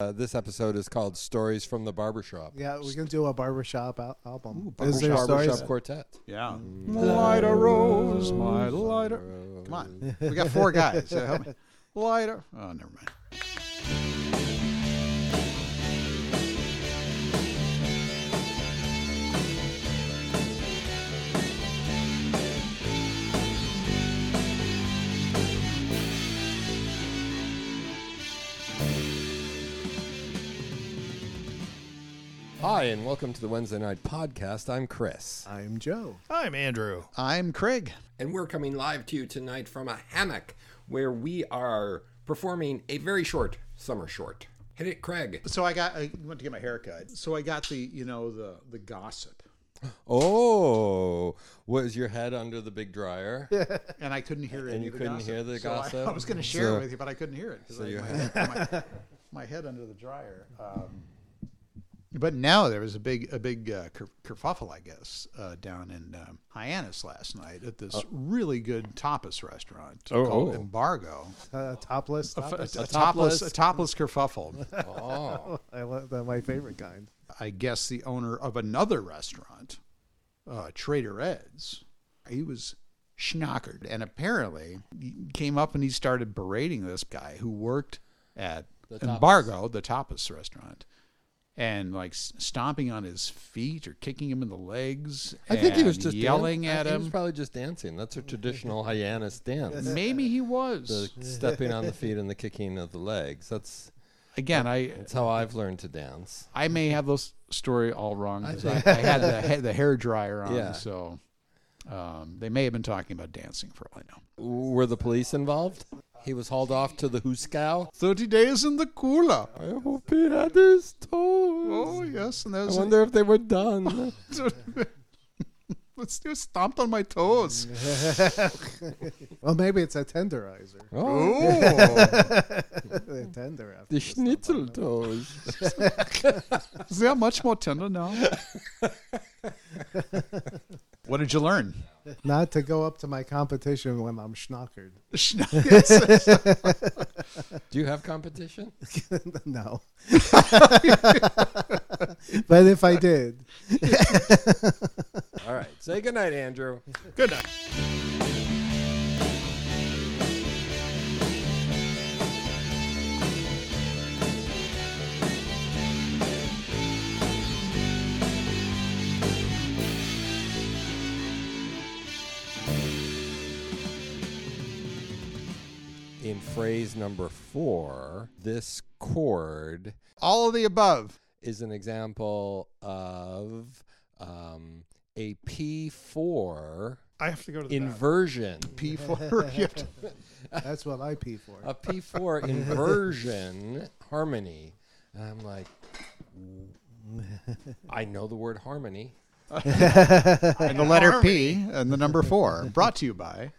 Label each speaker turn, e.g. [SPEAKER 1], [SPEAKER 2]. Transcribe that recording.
[SPEAKER 1] Uh, this episode is called Stories from the Barbershop.
[SPEAKER 2] Yeah, we can do a barbershop al- album.
[SPEAKER 1] Barbershop, barbershop Quartet.
[SPEAKER 3] Yeah. Light a rose, my lighter. Come on. We got four guys. So help me. Lighter. Oh, never mind.
[SPEAKER 1] Hi, and welcome to the Wednesday Night Podcast. I'm Chris.
[SPEAKER 2] I'm Joe.
[SPEAKER 4] I'm Andrew.
[SPEAKER 3] I'm Craig.
[SPEAKER 5] And we're coming live to you tonight from a hammock where we are performing a very short summer short. Hit it, Craig.
[SPEAKER 3] So I got. I went to get my haircut. So I got the, you know, the the gossip,
[SPEAKER 1] Oh, was your head under the big dryer?
[SPEAKER 3] and I couldn't hear it.
[SPEAKER 1] you couldn't hear the
[SPEAKER 3] I,
[SPEAKER 1] gossip?
[SPEAKER 3] was going to share
[SPEAKER 1] So-
[SPEAKER 3] it with you, but I couldn't hear it. 'cause I,
[SPEAKER 1] you
[SPEAKER 3] my, head, my, my head under the dryer. Um, but now there was a big, a big uh, ker- kerfuffle, I guess, uh, down in um, Hyannis last night at this really good tapas restaurant
[SPEAKER 1] Oh,
[SPEAKER 3] called
[SPEAKER 1] oh.
[SPEAKER 3] Embargo.
[SPEAKER 2] Uh, topless.
[SPEAKER 3] A,
[SPEAKER 2] topless.
[SPEAKER 3] a topless, a topless kerfuffle.
[SPEAKER 2] I love that. My favorite kind.
[SPEAKER 3] I guess the owner of another restaurant, uh, Trader Ed's, he was schnockered and apparently he came up and he started berating this guy who worked at Embargo, the tapas restaurant, and like s- stomping on his feet or kicking him in the legs.
[SPEAKER 1] I think he was
[SPEAKER 3] and
[SPEAKER 1] just dan-
[SPEAKER 3] yelling
[SPEAKER 1] I-
[SPEAKER 3] at
[SPEAKER 1] He was
[SPEAKER 3] him.
[SPEAKER 1] probably just dancing. That's a traditional Hyannis dance.
[SPEAKER 3] Maybe he was.
[SPEAKER 1] The stepping on the feet and the kicking of the legs. That's
[SPEAKER 3] Again, I
[SPEAKER 1] that's how I've learned to dance.
[SPEAKER 3] I may have those story all wrong. 'cause I, I had the ha- the hair dryer on,
[SPEAKER 1] Yeah.
[SPEAKER 3] so um, they may have been talking about dancing for all I know.
[SPEAKER 1] Were the police involved? He was hauled off to the Huskow.
[SPEAKER 3] 30 days in the cooler.
[SPEAKER 1] I hope he had his toes.
[SPEAKER 3] Oh, yes. And that
[SPEAKER 1] I
[SPEAKER 3] was,
[SPEAKER 1] wonder if they were done.
[SPEAKER 3] Let's do stomped on my toes.
[SPEAKER 2] Well, maybe it's a tenderizer.
[SPEAKER 1] oh,
[SPEAKER 3] Oh,
[SPEAKER 2] They tender
[SPEAKER 1] the
[SPEAKER 2] after this stuff.
[SPEAKER 1] schnitzel toes.
[SPEAKER 3] is that much more tender now? what did you learn?
[SPEAKER 2] Not to go up to my competition when I'm schnockered.
[SPEAKER 1] Do you have competition?
[SPEAKER 2] no. but if I did,
[SPEAKER 1] All right. Say goodnight, Andrew.
[SPEAKER 3] Good night.
[SPEAKER 1] In phrase number four, this chord
[SPEAKER 3] All of the above.
[SPEAKER 1] is an example of um, a P4
[SPEAKER 4] I have to go to the bathroom.
[SPEAKER 1] inversion.
[SPEAKER 3] P4. You have to-
[SPEAKER 2] that's what I pee for.
[SPEAKER 1] A P4 inversion harmony. And I'm like, I know the word harmony.
[SPEAKER 3] and the letter P and the number four. Brought to you by